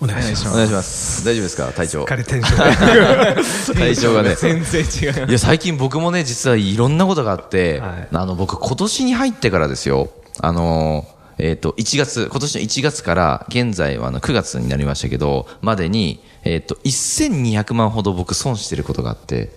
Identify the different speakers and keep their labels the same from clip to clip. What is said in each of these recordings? Speaker 1: お願いします
Speaker 2: お願いします。大丈夫ですか体調。
Speaker 1: 彼テンション
Speaker 2: 体調がね。
Speaker 1: 全然違う。
Speaker 2: いや、最近僕もね、実はいろんなことがあって、
Speaker 1: はい
Speaker 2: あの、僕今年に入ってからですよ、あのー、えっ、と、1月、今年の1月から、現在はあの9月になりましたけど、までに、えっ、と、1200万ほど僕損してることがあって、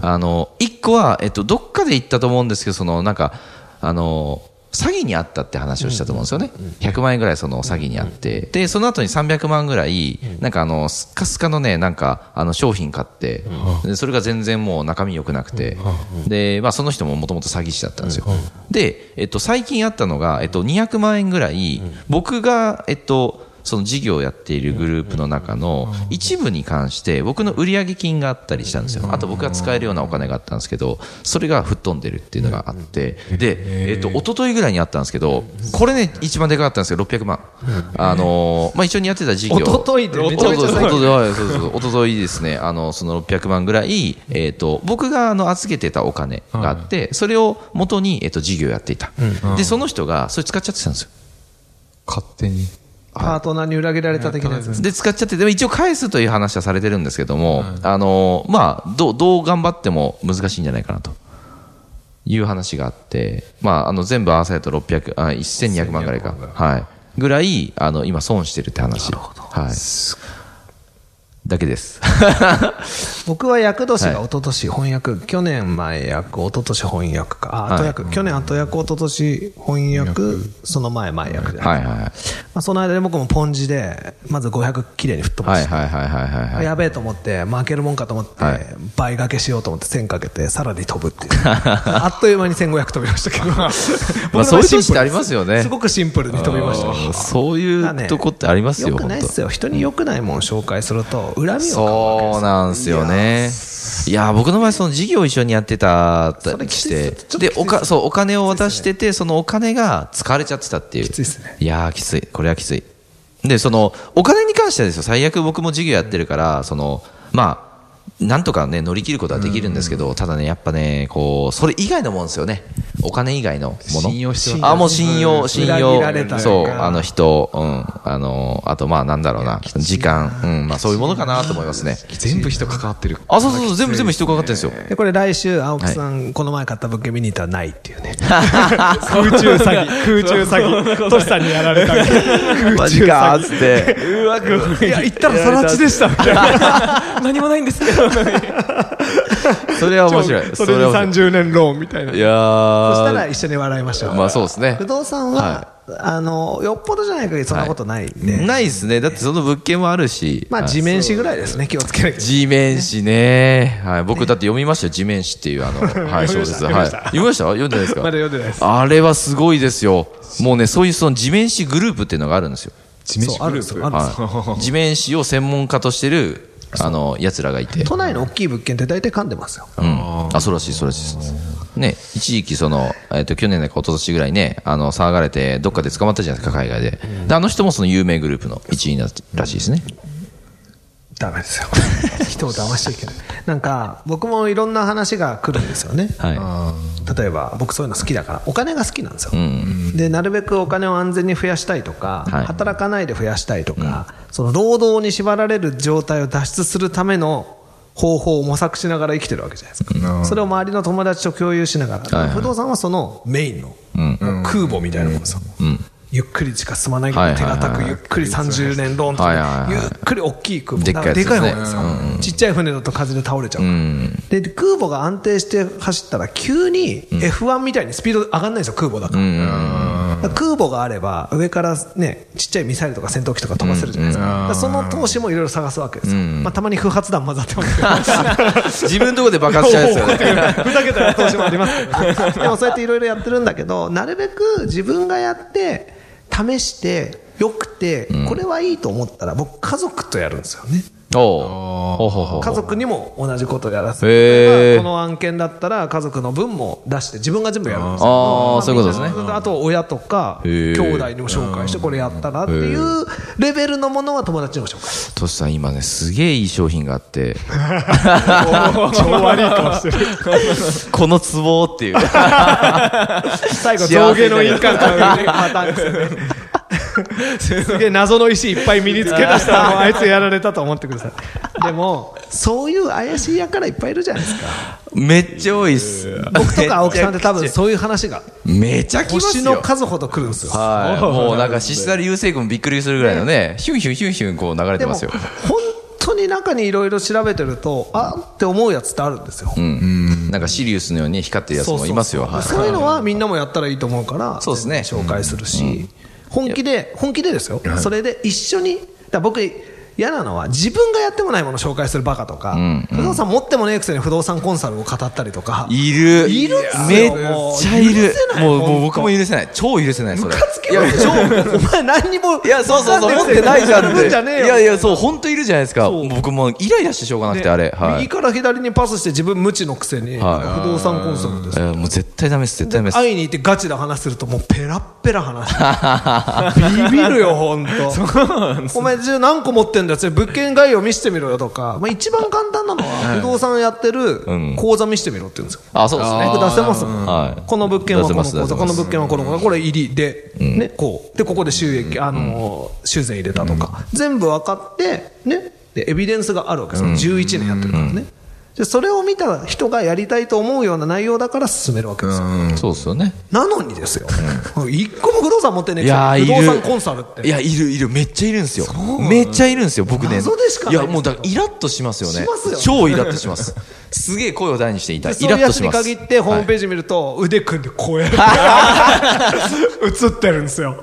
Speaker 2: あの、1個は、えっ、と、どっかで言ったと思うんですけど、その、なんか、あのー、詐欺にあったって話をしたと思うんですよね。100万円ぐらいその詐欺にあって。で、その後に300万ぐらい、なんかあの、スッカスカのね、なんか、あの、商品買って、でそれが全然もう中身良くなくて。で、まあその人ももともと詐欺師だったんですよ。で、えっと、最近あったのが、えっと、200万円ぐらい、僕が、えっと、その事業をやっているグループの中の一部に関して僕の売上金があったりしたんですよ。あと僕が使えるようなお金があったんですけど、それが吹っ飛んでるっていうのがあって、で、えっと、一昨日ぐらいにあったんですけど、これね、一番でかかったんですけど、600万。あのー、まあ、一緒にやってた事業。
Speaker 1: 一昨日でめちゃめちゃ
Speaker 2: おと
Speaker 1: 最
Speaker 2: と
Speaker 1: 近
Speaker 2: いはいそうそうそう、おとといですね、あの、その600万ぐらい、えっ、と、僕があの預けてたお金があって、それを元に、えっ、と、事業やっていた、で、その人が、それ使っちゃってたんですよ。
Speaker 3: 勝手に。
Speaker 1: パートナーに裏切られた的なやつですね。
Speaker 2: で、使っちゃって、でも一応返すという話はされてるんですけども、あの、まあ、どう、どう頑張っても難しいんじゃないかなと。いう話があって、まあ、あの、全部合わせると600、あ、1200万ぐらいか。はい。ぐらい、あの、今損してるって話。はい。だけ です。
Speaker 1: 僕は役年が一昨年翻訳、去年前役、一昨年翻訳か。あ、後役。去年後役、一昨年翻訳、その前前役で。ま
Speaker 2: はいはい。
Speaker 1: あその間で僕もポンジで、まず500綺麗に吹っ飛ば
Speaker 2: は
Speaker 1: し
Speaker 2: い
Speaker 1: て。
Speaker 2: はいはいはいはい、はい。
Speaker 1: やべえと思って、負けるもんかと思って
Speaker 2: はい、
Speaker 1: 倍掛けしようと思って、1000かけて、さらに飛ぶっていう。 あっという間に1500飛びましたけど。まあ
Speaker 2: そういう年ってありますよね
Speaker 1: すごくシンプルに飛びましたけど。
Speaker 2: そういうとこってありますよ、
Speaker 1: よくないっ
Speaker 2: 本
Speaker 1: すよ人に良くないもん紹介すると恨みを
Speaker 2: 当
Speaker 1: 買う
Speaker 2: そうなんですよね。いや、僕の場合、その事業を一緒にやってた
Speaker 1: それ
Speaker 2: り
Speaker 1: き
Speaker 2: し
Speaker 1: つい
Speaker 2: て
Speaker 1: っすちょ、っと
Speaker 2: で
Speaker 1: き、ついっす
Speaker 2: おか、そう、お金を渡してて、そのお金が使われちゃってたっていう。き
Speaker 1: ついっすね。
Speaker 2: いやー、きつい。これはきつい。で、その、お金に関してはですよ、最悪僕も事業やってるから、その、まあ、なんとかね、乗り切ることはできるんですけど、ただね、やっぱね、こう、それ以外のもんですよね。お金以外のもの。
Speaker 3: 信用してます
Speaker 2: あ、もう信用、信用。
Speaker 1: 裏切られたりとか
Speaker 2: そう、あの人、うん。あの、あと、まあ、なんだろうな。時間。うん。まあ、そういうものかなと思いますね。
Speaker 3: 全部人関わってる。
Speaker 2: あ、そうそうそう、全部全部人かかってるんですよ。
Speaker 1: でこれ来週青木さん、この前買った物件見に行ったらないってい うね
Speaker 4: 空 中詐欺、空中詐欺、トシさんにやられた。
Speaker 2: マジかーっつって。
Speaker 4: うわ、いや、言った
Speaker 3: らさら地で
Speaker 4: した。
Speaker 3: 何もないんですけど。
Speaker 2: それは面 白い。
Speaker 4: それで
Speaker 2: は面
Speaker 4: 30年ローンみたいな
Speaker 2: 白い。い。や
Speaker 1: そ
Speaker 2: ー。
Speaker 1: したら一緒に笑いましょう、
Speaker 2: まあ、そうですね
Speaker 1: 不。動産は、あのよっぽどじゃない限りそんなことないんで、
Speaker 2: ないですね。だって、その物件もあるし。
Speaker 1: まあ
Speaker 2: はい
Speaker 1: 地面師ぐらいですね気をつけなきゃ
Speaker 2: 地面師ね。はい。僕、だって読みましたよ。地面師っていう、あの、はい、小説。
Speaker 4: 読み
Speaker 2: はい。
Speaker 4: ました
Speaker 2: 読みました読んでないですか
Speaker 4: まだ読んでないです。
Speaker 2: あれはすごいですよ。もうね、そういうその地面師グループっていうのがあるんですよ。
Speaker 3: 地面師
Speaker 1: そうあるんですよあるんです よ
Speaker 2: はい。地面師を専門家としてる、あの、奴らがいて。
Speaker 1: 都内の大きい物件って大体噛んでますよ
Speaker 2: うん。あ、そうらしい、そうらしいです。ね、一時期その、えっ、と、去年だか一昨年ぐらいね、あの、騒がれて、どっかで捕まったじゃないですか、海外で。で、あの人もその有名グループの一員だったらしいですね。
Speaker 1: ダメですよ 人を騙しちゃいけないなんか僕もいろんな話が来るんですよね
Speaker 2: は
Speaker 1: 例えば僕そういうの好きだからお金が好きなんですよ、
Speaker 2: い。うん。
Speaker 1: でなるべくお金を安全に増やしたいとか、
Speaker 2: はい
Speaker 1: 働かないで増やしたいとか、その労働に縛られる状態を脱出するための方法を模索しながら生きてるわけじゃないですか、それを周りの友達と共有しながら、
Speaker 2: はいはい
Speaker 1: 不動産はそのメインの
Speaker 2: ん
Speaker 1: 空母みたいなものですよ、ゆっくりしか進まないけ
Speaker 2: はい
Speaker 1: ど
Speaker 2: はい
Speaker 1: 手
Speaker 2: はい
Speaker 1: 堅くゆっくり30年ローンと
Speaker 2: はいはいはい
Speaker 1: かゆっくり大きい空母
Speaker 2: でっかいやつですね
Speaker 1: だらでかい方がいいんですよ、ちっちゃい船だと風で倒れちゃうから、
Speaker 2: うん。
Speaker 1: で空母が安定して走ったら急に F1 みたいにスピード上がらないんですよ、空母だから。だから空母があれば上から、ね、ちっちゃいミサイルとか戦闘機とか飛ばせるじゃないですか,、だからその投資もいろいろ探すわけですよ、まあ、たまに不発弾混ざって ますけど
Speaker 2: 自分のところで爆発しちゃうやつよね。
Speaker 1: ふざけた投資もありますけどでもそうやっていろいろやってるんだけどなるべく自分がやって試してよくてこれはいいと思ったら僕家族とやるんですよね。
Speaker 2: おうほうほうほう
Speaker 1: 家族にも同じことをやらせて、
Speaker 2: へー
Speaker 1: この案件だったら家族の分も出して自分が全部やるんですよ
Speaker 2: ああそういうことですね
Speaker 1: あと親とか
Speaker 2: へ
Speaker 1: 兄
Speaker 2: ー
Speaker 1: 弟にも紹介してこれやったらっていうレベルのものは友達にも紹介す
Speaker 2: トシさん今ねすげえいい商品があって
Speaker 4: 超悪い顔してる。
Speaker 2: このツボっていう
Speaker 4: 最後、
Speaker 2: 幸せにな
Speaker 4: 上
Speaker 2: る
Speaker 4: 下の印鑑買う。
Speaker 1: パターンですよね
Speaker 4: すげえ謎の石いっぱい身につけた人はもうあいつやられたと思ってください。
Speaker 1: でもそういう怪しいやからいっぱいいるじゃないですか
Speaker 2: めっちゃ多いっす
Speaker 1: 僕とか青木さんって多分そういう話 が
Speaker 2: めちゃ来ます
Speaker 1: 星
Speaker 2: よ
Speaker 1: の数ほど来るんですよ
Speaker 2: はいもうなんかシスタリ流星群びっくりするぐらいのねヒュンヒュンヒュンヒュンこう流れて
Speaker 1: でも
Speaker 2: ます
Speaker 1: 本
Speaker 2: よ
Speaker 1: 当に中にいろいろ調べてるとあって思うやつってあるんですよ
Speaker 2: うんなんかシリウスのように光ってるやつもいますよ
Speaker 1: そうそう
Speaker 2: はい
Speaker 1: そうそういうのはみんなもやったらいいと思うから
Speaker 2: そうですね
Speaker 1: 紹介するし、本気で本気でですよ、それで一緒にだから僕嫌なのは自分がやってもないものを紹介するバカとか、
Speaker 2: ん
Speaker 1: 不動産持ってもねえくせに不動産コンサルを語ったりとか
Speaker 2: いる
Speaker 1: いるっすよ
Speaker 2: めっちゃい
Speaker 1: もう許
Speaker 2: る
Speaker 1: せない
Speaker 2: もう
Speaker 1: 本当
Speaker 2: もう僕も許せない超許せないそれ
Speaker 1: つけろよお前何にも
Speaker 2: いや、そうそうそう、持ってないじゃんって。
Speaker 1: んじゃねえよ
Speaker 2: いやいや、そう、本当いるじゃないですか。僕もうイライラしてしょうがなくて、あれ。はい。
Speaker 1: 右から左にパスして自分無知のくせに、
Speaker 2: はい
Speaker 1: 不動産コンサルです
Speaker 2: えーもう絶対ダメです、絶対ダメです。
Speaker 1: 会いに行ってガチで話するともうペラッペラ話 してるビビるよ本 当お前じゃあ何個持ってんだよそれ物件概要見せてみろよとか、まあ、一番簡単なのは不動産やってる
Speaker 2: ん
Speaker 1: 口座見せてみろって言うんですよ
Speaker 2: あ、そうですね。
Speaker 1: 僕出せますもん
Speaker 2: はい
Speaker 1: この物件はこの
Speaker 2: 出せます
Speaker 1: 口座この物件はこの口座これ入りで、ねこうでここで収益、あのー修繕入れたとか、全部分かってねでエビデンスがあるわけですよ、11年やってるからね、でそれを見た人がやりたいと思うような内容だから進めるわけですよ、
Speaker 2: そうですよね。
Speaker 1: なのにですよ、一個も不動産持ってね
Speaker 2: い
Speaker 1: えくせ
Speaker 2: やー、い
Speaker 1: に
Speaker 2: る。
Speaker 1: 不動産コンサルって。
Speaker 2: いや、いる、いる。めっちゃいるんですよ。めっちゃいるんですよ、僕ね。
Speaker 1: 謎でしかない
Speaker 2: いや、もうだからイラッとしますよね。
Speaker 1: しますよ
Speaker 2: 超イラッとします。すげえ声を大にしていた
Speaker 1: で
Speaker 2: い。イ
Speaker 1: そうい
Speaker 2: ラ
Speaker 1: う
Speaker 2: ッ
Speaker 1: や
Speaker 2: と
Speaker 1: つ
Speaker 2: し
Speaker 1: に
Speaker 2: ます。
Speaker 1: 限ってホームページ見ると腕組んでこ うやって映ってるんですよ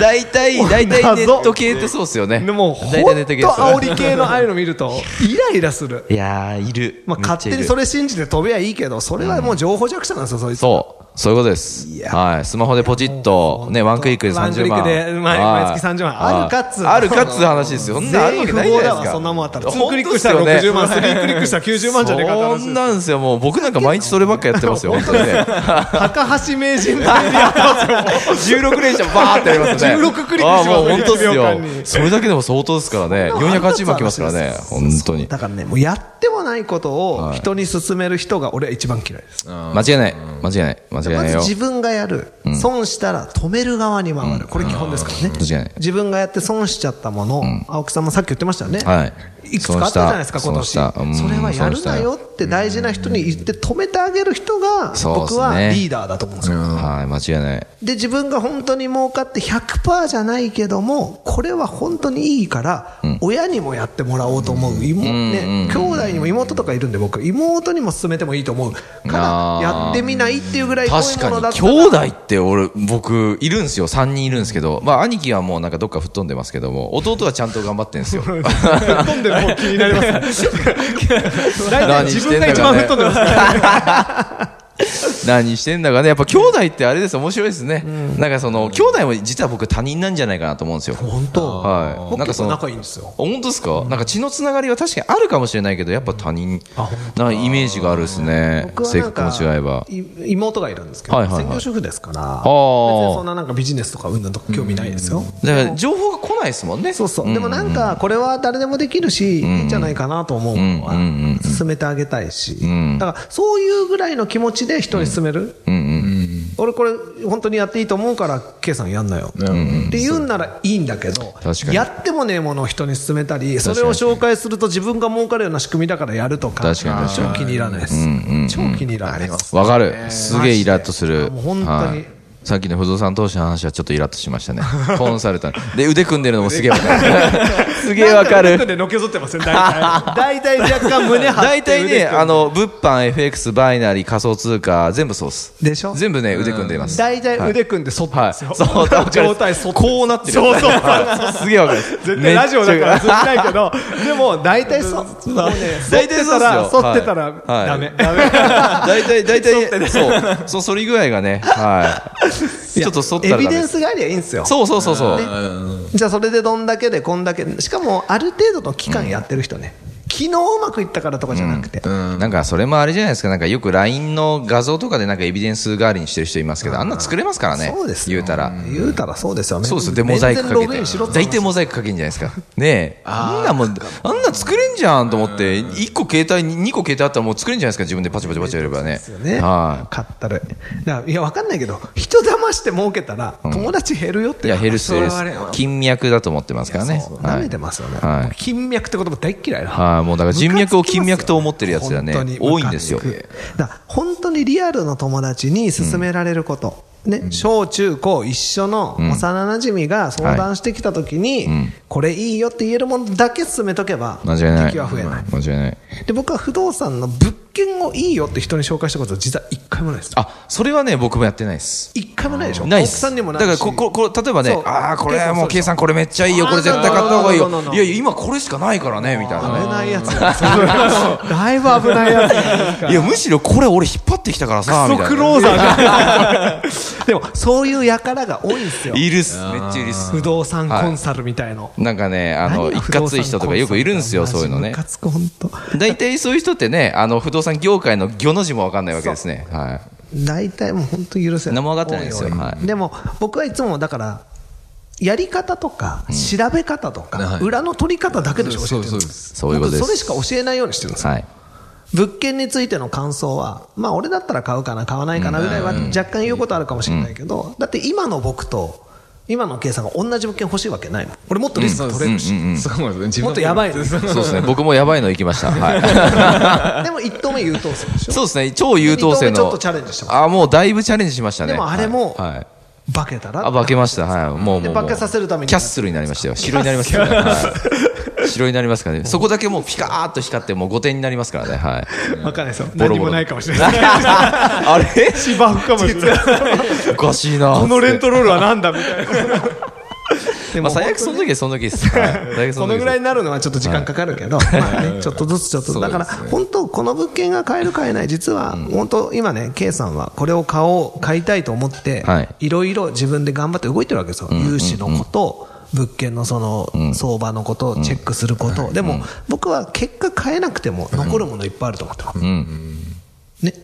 Speaker 2: 大体、 大体ネット系ってそうですよね。
Speaker 1: でも、ほんと
Speaker 2: 大体ネット系ですよ
Speaker 1: 煽り系のああいうの見ると、イライラする。
Speaker 2: いやー、いる。
Speaker 1: まあ、勝手にそれ信じて飛べばいいけど、それはもう情報弱者なんですよ、そいつ。
Speaker 2: そう。そういうことです。はい。スマホでポチッと、ね、ワンクリックで30万。
Speaker 1: ワンクリックでまあ
Speaker 2: はい
Speaker 1: 毎月30万
Speaker 2: はい
Speaker 1: あるかっつう
Speaker 2: あるかっつう話ですよ。そんなあるわけないじゃないです
Speaker 1: 全員不法だわ
Speaker 2: か。
Speaker 1: そんなもんあったら。
Speaker 2: 本
Speaker 1: 2
Speaker 2: 当
Speaker 1: クリッ
Speaker 2: っ
Speaker 1: クし
Speaker 2: す
Speaker 1: たら
Speaker 2: よね
Speaker 1: 60万、3クリックしたら90万じゃねえかって
Speaker 2: そ
Speaker 1: 話
Speaker 2: んなんすよ。もう僕なんか毎日そればっかやってますよ。本当に ね。
Speaker 1: 高橋名 人だけでやったんですよ。
Speaker 2: 16連射バーってやりますね。
Speaker 1: 16クリックしますね
Speaker 2: あーもう本当っす
Speaker 1: 1秒間
Speaker 2: よ。
Speaker 1: に
Speaker 2: それだけでも相当ですからね。480万きますからね。本当に。
Speaker 1: だからね、もうやってもないことを人に勧める人が俺は一番嫌いです。
Speaker 2: 間違いない。間違いない。間違い
Speaker 1: ま
Speaker 2: ない
Speaker 1: ず
Speaker 2: よ。
Speaker 1: 自分がやる。損したら止める側に回る。これ基本ですからね。
Speaker 2: 間違いない。
Speaker 1: 自分がやって損しちゃったもの、青木さんもさっき言ってましたよね、
Speaker 2: はい
Speaker 1: いくつかあったじゃないですか、今
Speaker 2: 損
Speaker 1: 年
Speaker 2: し
Speaker 1: そ
Speaker 2: た損したうん
Speaker 1: れはやるなよって大事な人に言って止めてあげる人が、
Speaker 2: そうっす
Speaker 1: 僕
Speaker 2: ね
Speaker 1: はリーダーだと思うんですよ。
Speaker 2: はい、間違いない。
Speaker 1: で、自分が本当に儲かって100%じゃないけども、これは本当にいいから、親にもやってもらおうと思う。妹、ね、兄弟にも妹とかいるんで僕、妹にも勧めてもいいと思う。か
Speaker 2: あー
Speaker 1: ら、やってみないっていうぐらいこうい
Speaker 2: 確
Speaker 1: うものだ
Speaker 2: か
Speaker 1: っ
Speaker 2: に
Speaker 1: た
Speaker 2: 兄
Speaker 1: ら
Speaker 2: 弟って俺僕いるんですよ3人いるんですけどまあ兄貴はもうなんかどっか吹っ飛んでますけども弟はちゃんと頑張ってんですよ
Speaker 4: 吹っ飛んでる方気になりますね。大体
Speaker 2: 何
Speaker 4: 自
Speaker 2: して
Speaker 4: 分
Speaker 2: ん
Speaker 4: が
Speaker 2: だ
Speaker 4: 一
Speaker 2: か
Speaker 4: 番吹
Speaker 2: ね
Speaker 4: っ飛んでますね。
Speaker 2: 何してんだかねやっぱ兄弟ってあれです面白いですね、なんかその兄弟も実は僕他人なんじゃないかなと思うんですよ
Speaker 1: 本当、
Speaker 2: はい
Speaker 1: 僕
Speaker 2: なんか
Speaker 1: 結
Speaker 2: そ
Speaker 1: 構
Speaker 2: の
Speaker 1: 仲いいんですよ。
Speaker 2: 本当ですか、なんか血のつながりは確かにあるかもしれないけどやっぱ他人なイメージがあるですね
Speaker 1: 僕は
Speaker 2: 性
Speaker 1: なん
Speaker 2: 格
Speaker 1: か
Speaker 2: も違えば
Speaker 1: い妹がいるんですけど、
Speaker 2: はいはいはい
Speaker 1: 専業主婦ですから別
Speaker 2: ー
Speaker 1: にそんななんかビジネスとかうんぬんとか興味ないですよ、
Speaker 2: だから情報が来ないですもんね
Speaker 1: そうそう、でもなんかこれは誰でもできるし、いいんじゃないかなと思うのは、進めてあげたいし、だからそういうぐらいの気持ちで人に進める、俺これ本当にやっていいと思うから K さんやんなよ、って言うんならいいんだけど
Speaker 2: 確かに
Speaker 1: やってもねえものを人に勧めたりそれを紹介すると自分が儲かるような仕組みだからやるとか
Speaker 2: 確かに確か
Speaker 1: 超気に入らないです、超気に入らないです
Speaker 2: わかる。すげえイラッとする。
Speaker 1: マジでもう本当に
Speaker 2: はいさっきの不動産投資の話はちょっとイラッとしましたね。コンサルタント。で、腕組んでるのもすげえわかる。 すげえわか
Speaker 4: なんか
Speaker 2: る。
Speaker 4: でのけぞってますね、大体。
Speaker 1: 大体若干胸張って
Speaker 2: 大体ね、あの、物販、FX、バイナリー、仮想通貨、全部そうっす。
Speaker 1: でしょ
Speaker 2: 全部ね、腕組んで ます。
Speaker 1: 大体腕組んで反って
Speaker 2: は
Speaker 1: ま
Speaker 2: い。
Speaker 1: す
Speaker 2: そ
Speaker 1: よ、
Speaker 2: う、だから
Speaker 1: 状態反って
Speaker 2: こうなってる。そうそう。すげえわかる。
Speaker 4: 絶対ラジオだからずっとないけ ど、
Speaker 1: でも大体そうもうね
Speaker 2: 大体そうっすよ。
Speaker 4: 反ってたら
Speaker 2: はい
Speaker 4: ダメ
Speaker 2: はい大体、大体、そう。そう、反り具合がね、はい。 ちょっとそった
Speaker 1: エ
Speaker 2: ら
Speaker 1: ビ
Speaker 2: ダメ
Speaker 1: デ
Speaker 2: で
Speaker 1: ン
Speaker 2: す。
Speaker 1: スがありゃいいんですよ。
Speaker 2: そうそうそうそう。
Speaker 1: じゃあそれでどんだけでこんだけしかもある程度の期間やってる人ね、昨日うまくいったからとかじゃなくて、
Speaker 2: なんかそれもあれじゃないですか、なんかよく LINE の画像とかでなんかエビデンス代わりにしてる人いますけど、あんな作れますからね、
Speaker 1: そうですよ
Speaker 2: 言うたら。
Speaker 1: 言うたらそうですよね
Speaker 2: そうですよで、モザイクか
Speaker 1: ロ
Speaker 2: け
Speaker 1: グイ
Speaker 2: て
Speaker 1: ンしろっ。て
Speaker 2: 大体モザイクかけんじゃないですか。ねえ。あんなもん、あんな作れんじゃんと思って、1個携帯に、2個携帯あったらもう作れんじゃないですか、自分でパチパチパチやればね
Speaker 1: ですよ。ね
Speaker 2: は
Speaker 1: 買ったらだからいやわかんないけど人騙して儲けたら友達減るよっ
Speaker 2: い。い
Speaker 1: て
Speaker 2: や、ヘルス
Speaker 1: それは
Speaker 2: です
Speaker 1: あれよ。
Speaker 2: 金脈だと思ってますからね。
Speaker 1: そう
Speaker 2: は
Speaker 1: 舐
Speaker 2: い
Speaker 1: めてますよね、
Speaker 2: はい
Speaker 1: もう金脈って言葉大っ嫌いな
Speaker 2: はいもうだから人脈を金脈と思ってるやつがね
Speaker 1: 本当に
Speaker 2: 多いんですよ
Speaker 1: ムカつくだから本当にリアルの友達に勧められること、ね、小中高一緒の幼なじみが相談してきたときに、
Speaker 2: ん
Speaker 1: これいいよって言えるものだけ勧めとけば、
Speaker 2: 間違いない。
Speaker 1: 敵は増えない。
Speaker 2: 間違いない。
Speaker 1: で、僕は不動産の物件をいいよって人に紹介したことは実は一回もないです。
Speaker 2: あ、それはね、僕もやってないです。
Speaker 1: 一回もないでしょ
Speaker 2: ないっ
Speaker 1: 奥
Speaker 2: す。
Speaker 1: さんにもない
Speaker 2: だ
Speaker 1: し
Speaker 2: からこ、こ、これ、例えばね
Speaker 1: そう、
Speaker 2: ああ、これ
Speaker 1: 計算
Speaker 2: もう、
Speaker 1: そうで
Speaker 2: 計
Speaker 1: しょ
Speaker 2: 算これめっちゃいいよ、これ絶対買った方がいい
Speaker 1: あーなるほ
Speaker 2: よ。
Speaker 1: ど
Speaker 2: いやいや、今これしかないからね、みたい
Speaker 1: 買え
Speaker 2: な
Speaker 1: な
Speaker 2: ね。
Speaker 1: いやつだだいぶ危ないやつだ
Speaker 2: いや、むしろこれ俺引っ張ってきたからさ、みたいな。
Speaker 4: クローザーが
Speaker 1: でもそういう輩が多いんですよ
Speaker 2: いるっす。めっちゃいるっす。
Speaker 1: 不動産コンサルみたいの、
Speaker 2: なんかね、あの、
Speaker 1: 何が
Speaker 2: 一
Speaker 1: 不動産
Speaker 2: 括い人とかよくいるんですよ、
Speaker 1: コンサ
Speaker 2: そ
Speaker 1: ル
Speaker 2: ういうの
Speaker 1: マ
Speaker 2: ね
Speaker 1: ジム。カつく本当
Speaker 2: 大体そういう人ってね、あの、不動産業界の魚の字もわかんないわけですね。は
Speaker 1: 大体もう本当許せない
Speaker 2: 何も分かってないですよ
Speaker 1: 多多
Speaker 2: はい
Speaker 1: でも僕はいつもだからやり方とか調べ方とか、
Speaker 3: はい
Speaker 1: 裏の取り方だけでしょ教えてる
Speaker 3: そうそう
Speaker 1: んで
Speaker 3: ですす
Speaker 2: そういうことです
Speaker 1: 僕それしか教えないようにしてるんで
Speaker 2: い。
Speaker 1: すよ
Speaker 2: はい。
Speaker 1: 物件についての感想はまあ俺だったら買うかな買わないかなぐらいは若干言うことあるかもしれないけどだって今の僕と今の計さんが同じ物件欲しいわけないの俺もっとリスク取れるし
Speaker 3: そうなんですね自分
Speaker 1: もっとやばいのに
Speaker 2: そうですね、僕もやばいの行きま した。はい。
Speaker 1: でも一投目優等生でしょ
Speaker 2: そうですね、超優等生
Speaker 1: 二投目ちょっ
Speaker 2: の
Speaker 1: とチャレンジして。ます
Speaker 2: あ、もうだいぶチャレンジしましたね。
Speaker 1: でもあれも
Speaker 2: はいはい。
Speaker 1: 化けたら
Speaker 2: あ、化けました。はい。もう、
Speaker 1: で
Speaker 2: もう。
Speaker 1: 化けさせるために
Speaker 2: キャッスルになりましたよ。白になりますからね。はい白になりますからね。そこだけもうピカーっと光って、もう5点になりますからね。 はい。
Speaker 4: わかんないですよ
Speaker 2: ボ
Speaker 4: 何
Speaker 2: ロボロ
Speaker 4: もないかもしれない
Speaker 2: あれ
Speaker 4: 芝生かもしれない
Speaker 2: おかしいな。
Speaker 4: このレントロールはなんだみたいな
Speaker 2: でも、まあ最悪その時はその時です。はい最悪
Speaker 1: そのぐらい
Speaker 2: い。
Speaker 1: になるのはちょっと時間かかるけど、まあ ねちょっとずつちょっと、だから本当、この物件が買える、買えない、実は本当、今ね、K さんはこれを買おう、買いたいと思って、
Speaker 2: はい
Speaker 1: いろいろ自分で頑張って動いてるわけですよ、融資のこと、物件のその相場のことをチェックすること、でも僕は結果、買えなくても残るものいっぱいあると思ってます。ね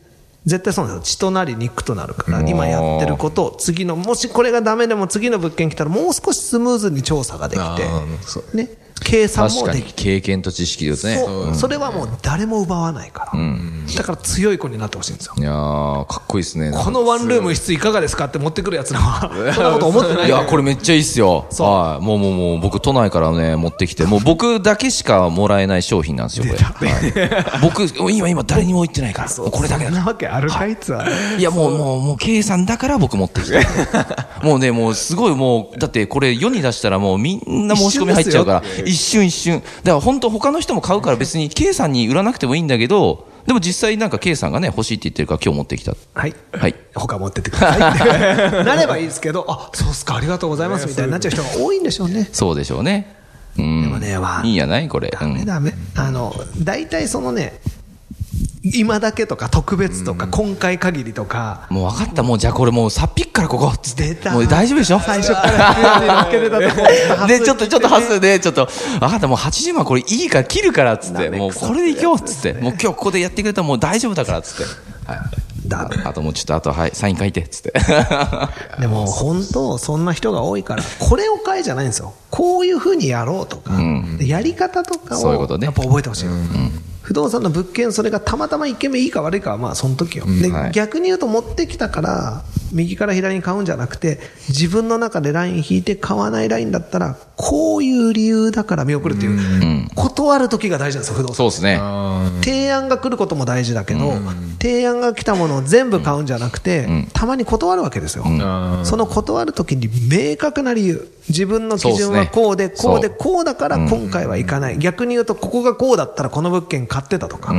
Speaker 1: 絶対そうなんですよ血となり肉となるから今やってることを次のもしこれがダメでも次の物件来たらもう少しスムーズに調査ができて
Speaker 3: あーそう、
Speaker 1: ね、計算
Speaker 2: 確
Speaker 1: も
Speaker 2: か
Speaker 1: で
Speaker 2: に
Speaker 1: きて、
Speaker 2: 経験と知識ですね。
Speaker 1: そうそれはもう誰も奪わないから、だから強い子になってほしいんですよ。
Speaker 2: いやー、かっこいいですね。
Speaker 1: このワンルーム一室いかがですかって持ってくるやつらは、 そんなこと思ってない
Speaker 2: いや、これめっちゃいいっすよ。
Speaker 1: そう
Speaker 2: はい。もうもうもう、僕都内からね、持ってき て、もう僕だけしかもらえない商品なんですよ、これ。はい僕、今今誰にも言ってないから、これだけだか
Speaker 1: そん
Speaker 2: ら
Speaker 1: なわけあるかいつは。
Speaker 2: いや、もう、もう、もう、K さんだから僕持って きた。もうね、もう、すごい、もう、だって、これ、世に出したら、もう、みんな申し込み入っちゃうから、一瞬一瞬。だから、本当他の人も買うから、別に、K さんに売らなくてもいいんだけど、でも実際、なんか、K さんがね、欲しいって言ってるから、今日持ってきた。
Speaker 1: はい。
Speaker 2: はい。
Speaker 1: 他持ってってくださ いってなればいいですけど、あ、そうっすか、ありがとうございますみたいになっちゃう人が多いんでしょうね。
Speaker 2: そうでしょうね。うん。
Speaker 1: でもねわ
Speaker 2: いいんやないこれ。
Speaker 1: ダメダメ、あの大体そのね今だけとか特別とか今回限りとか、
Speaker 2: うんもう分かった、もう、じゃあ、これ、もう、さっぴっから、ここ。つって
Speaker 1: 出た
Speaker 2: もう、大丈夫でしょ
Speaker 1: 最初から普通に乗っけてたと こ
Speaker 2: で、ちょっと、ちょっと、ハスで、ちょっと、分かった、もう80万これいいから切るから、つって、もうこれでいけよう、つって、もう今日ここでやってくれたらもう大丈夫だから、つって。
Speaker 1: だ
Speaker 2: ああともうちょっと、あと、はい、サイン書いて、つ って。
Speaker 1: でも本当そんな人が多いからこれを変えじゃないんですよこういうふうにやろうとか、でやり方とか
Speaker 2: そういう
Speaker 1: を
Speaker 2: ことね
Speaker 1: やっぱ覚えてほしい、不動産の物件それがたまたま一軒目いいか悪いかはまあその時よ、で
Speaker 2: はい
Speaker 1: 逆に言うと持ってきたから右から左に買うんじゃなくて自分の中でライン引いて買わないラインだったらこういう理由だから見送るっていう、断る時が大事なんですよ不動産
Speaker 2: そうですね。
Speaker 1: 提案が来ることも大事だけど、提案が来たものを全部買うんじゃなくて、たまに断るわけですよ、その断るときに明確な理由、自分の基準はこうで、
Speaker 2: そ
Speaker 1: こう
Speaker 2: うですね
Speaker 1: で、こうだから今回は行かない、逆に言うと、ここがこうだったらこの物件買ってたとか、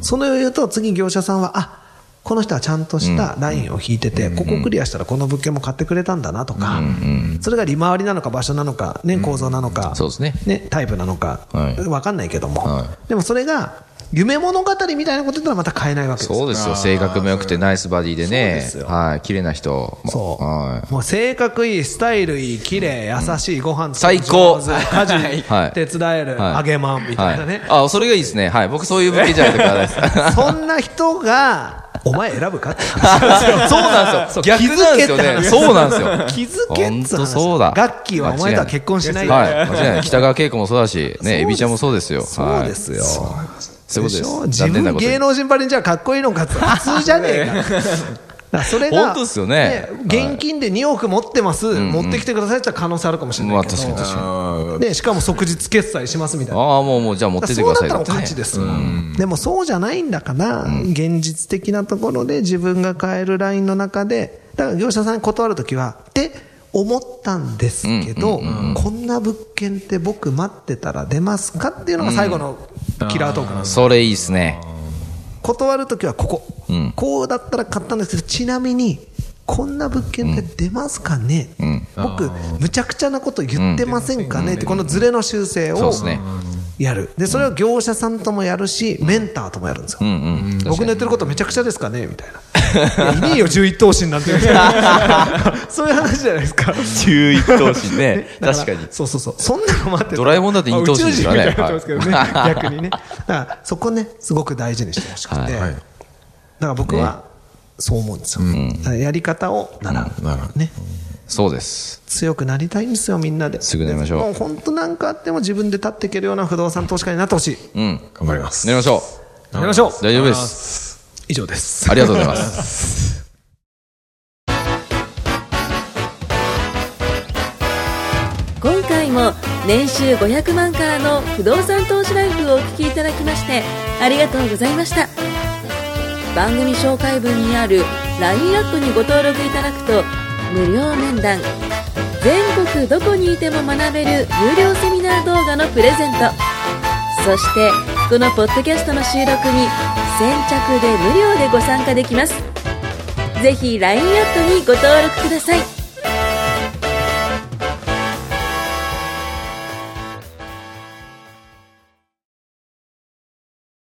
Speaker 1: その余裕と、次、業者さんは、あこの人はちゃんとしたラインを引いてて、ここクリアしたらこの物件も買ってくれたんだなとか、それが利回りなのか、場所なのか、ね、構造なのか、
Speaker 2: そうですね
Speaker 1: ね、タイプなのか、
Speaker 2: はい
Speaker 1: わかんないけども、
Speaker 2: は
Speaker 1: でもそれが夢物語みたいなこと言ったらまた買えないわけですよ
Speaker 2: そうですよ。性格も良くて、ナイスバディでね
Speaker 1: そうです。よ
Speaker 2: はい。綺麗な人。
Speaker 1: そう、
Speaker 2: はい。
Speaker 1: もう性格いい、スタイルいい、綺麗、優しい、ご飯
Speaker 2: 最高
Speaker 1: 作るの上手家
Speaker 2: はい
Speaker 1: 事手伝える、
Speaker 2: はい
Speaker 1: 揚げまんみたいなね、
Speaker 2: はいあ、それがいいですね。はい。僕そういう武器じゃないとからないです。
Speaker 1: そんな人が、お前選ぶかって 話
Speaker 2: そうなんですよ。逆なんですよね。そうなんですよ。
Speaker 1: 気づけっつ
Speaker 2: ほ
Speaker 1: う
Speaker 2: んと
Speaker 1: 話
Speaker 2: そうだ
Speaker 1: ガッキーはお前とは結婚しないよ
Speaker 2: はい。間違いない。 北川景子もそうだし、ね、エビちゃんもそうですよ。
Speaker 1: そうですよ、
Speaker 2: そういうことです
Speaker 1: しょ自
Speaker 2: 残念な
Speaker 1: 分
Speaker 2: ことに
Speaker 1: 芸能人ばりにじゃあかっこいいのかって普通じゃね えかだからそれが
Speaker 2: 本当っすよね
Speaker 1: 現金で2億持ってます、持ってきてくださいって言ったら可能性あるかもしれ
Speaker 2: ま
Speaker 1: な
Speaker 2: あ
Speaker 1: いけ
Speaker 2: 確
Speaker 1: ど、
Speaker 2: かに確かに。
Speaker 1: でしかも即日決済しますみたいな
Speaker 2: ああ、もうもう、じゃあ持ってってください
Speaker 1: そう
Speaker 2: よ
Speaker 1: なったら勝ちですよ、でもそうじゃないんだから、現実的なところで自分が買えるラインの中で、だから業者さんに断るときは、って思ったんですけど、こんな物件って僕待ってたら出ますかっていうのが最後のキラートークなんです。
Speaker 2: それいいですね。
Speaker 1: 断るときはここ、
Speaker 2: うん
Speaker 1: こうだったら買ったんですけど、ちなみに、こんな物件って出ますかね、
Speaker 2: ん
Speaker 1: 僕、むちゃくちゃなこと言ってませんかね、って、このズレの修正
Speaker 2: そう
Speaker 1: を
Speaker 2: ですね。
Speaker 1: やる、でそれを業者さんともやるし、メンターともやるんですよ、
Speaker 2: うんうん。
Speaker 1: 僕の言ってることめちゃくちゃですかねみたい な、いやいねえよ、11頭身なんて、そういう話じゃないですか、
Speaker 2: 中一等身 ね。
Speaker 1: だら
Speaker 2: 確かに。
Speaker 1: そうそうそう、そんなの待ってた
Speaker 2: ドラえもんだって二等身ですからね
Speaker 1: あ宇宙人みたいになってますけど ね、
Speaker 2: はい
Speaker 1: 逆にね、だからそこね、すごく大事にしてほしくて、
Speaker 2: はい
Speaker 1: だから僕はそう思うんですよ、だからやり方を習う、
Speaker 5: なるほど
Speaker 1: ね。
Speaker 2: そうです。
Speaker 1: 強くなりたいんですよ、みんなで。
Speaker 2: 強くなりましょう
Speaker 1: でもう本当なんかあっても自分で立っていけるような不動産投資家になってほしい。
Speaker 2: うん。
Speaker 5: 頑張ります。
Speaker 2: やりましょ
Speaker 1: やりましょう
Speaker 2: う。大丈夫です。
Speaker 1: 以上です。
Speaker 2: ありがとうございます。
Speaker 6: 今回も年収500万からの不動産投資ライフをお聞きいただきましてありがとうございました番組紹介文にある LINE アップにご登録いただくと無料面談全国どこにいても学べる有料セミナー動画のプレゼントそしてこのポッドキャストの収録に先着で無料でご参加できますぜひ LINE アットにご登録ください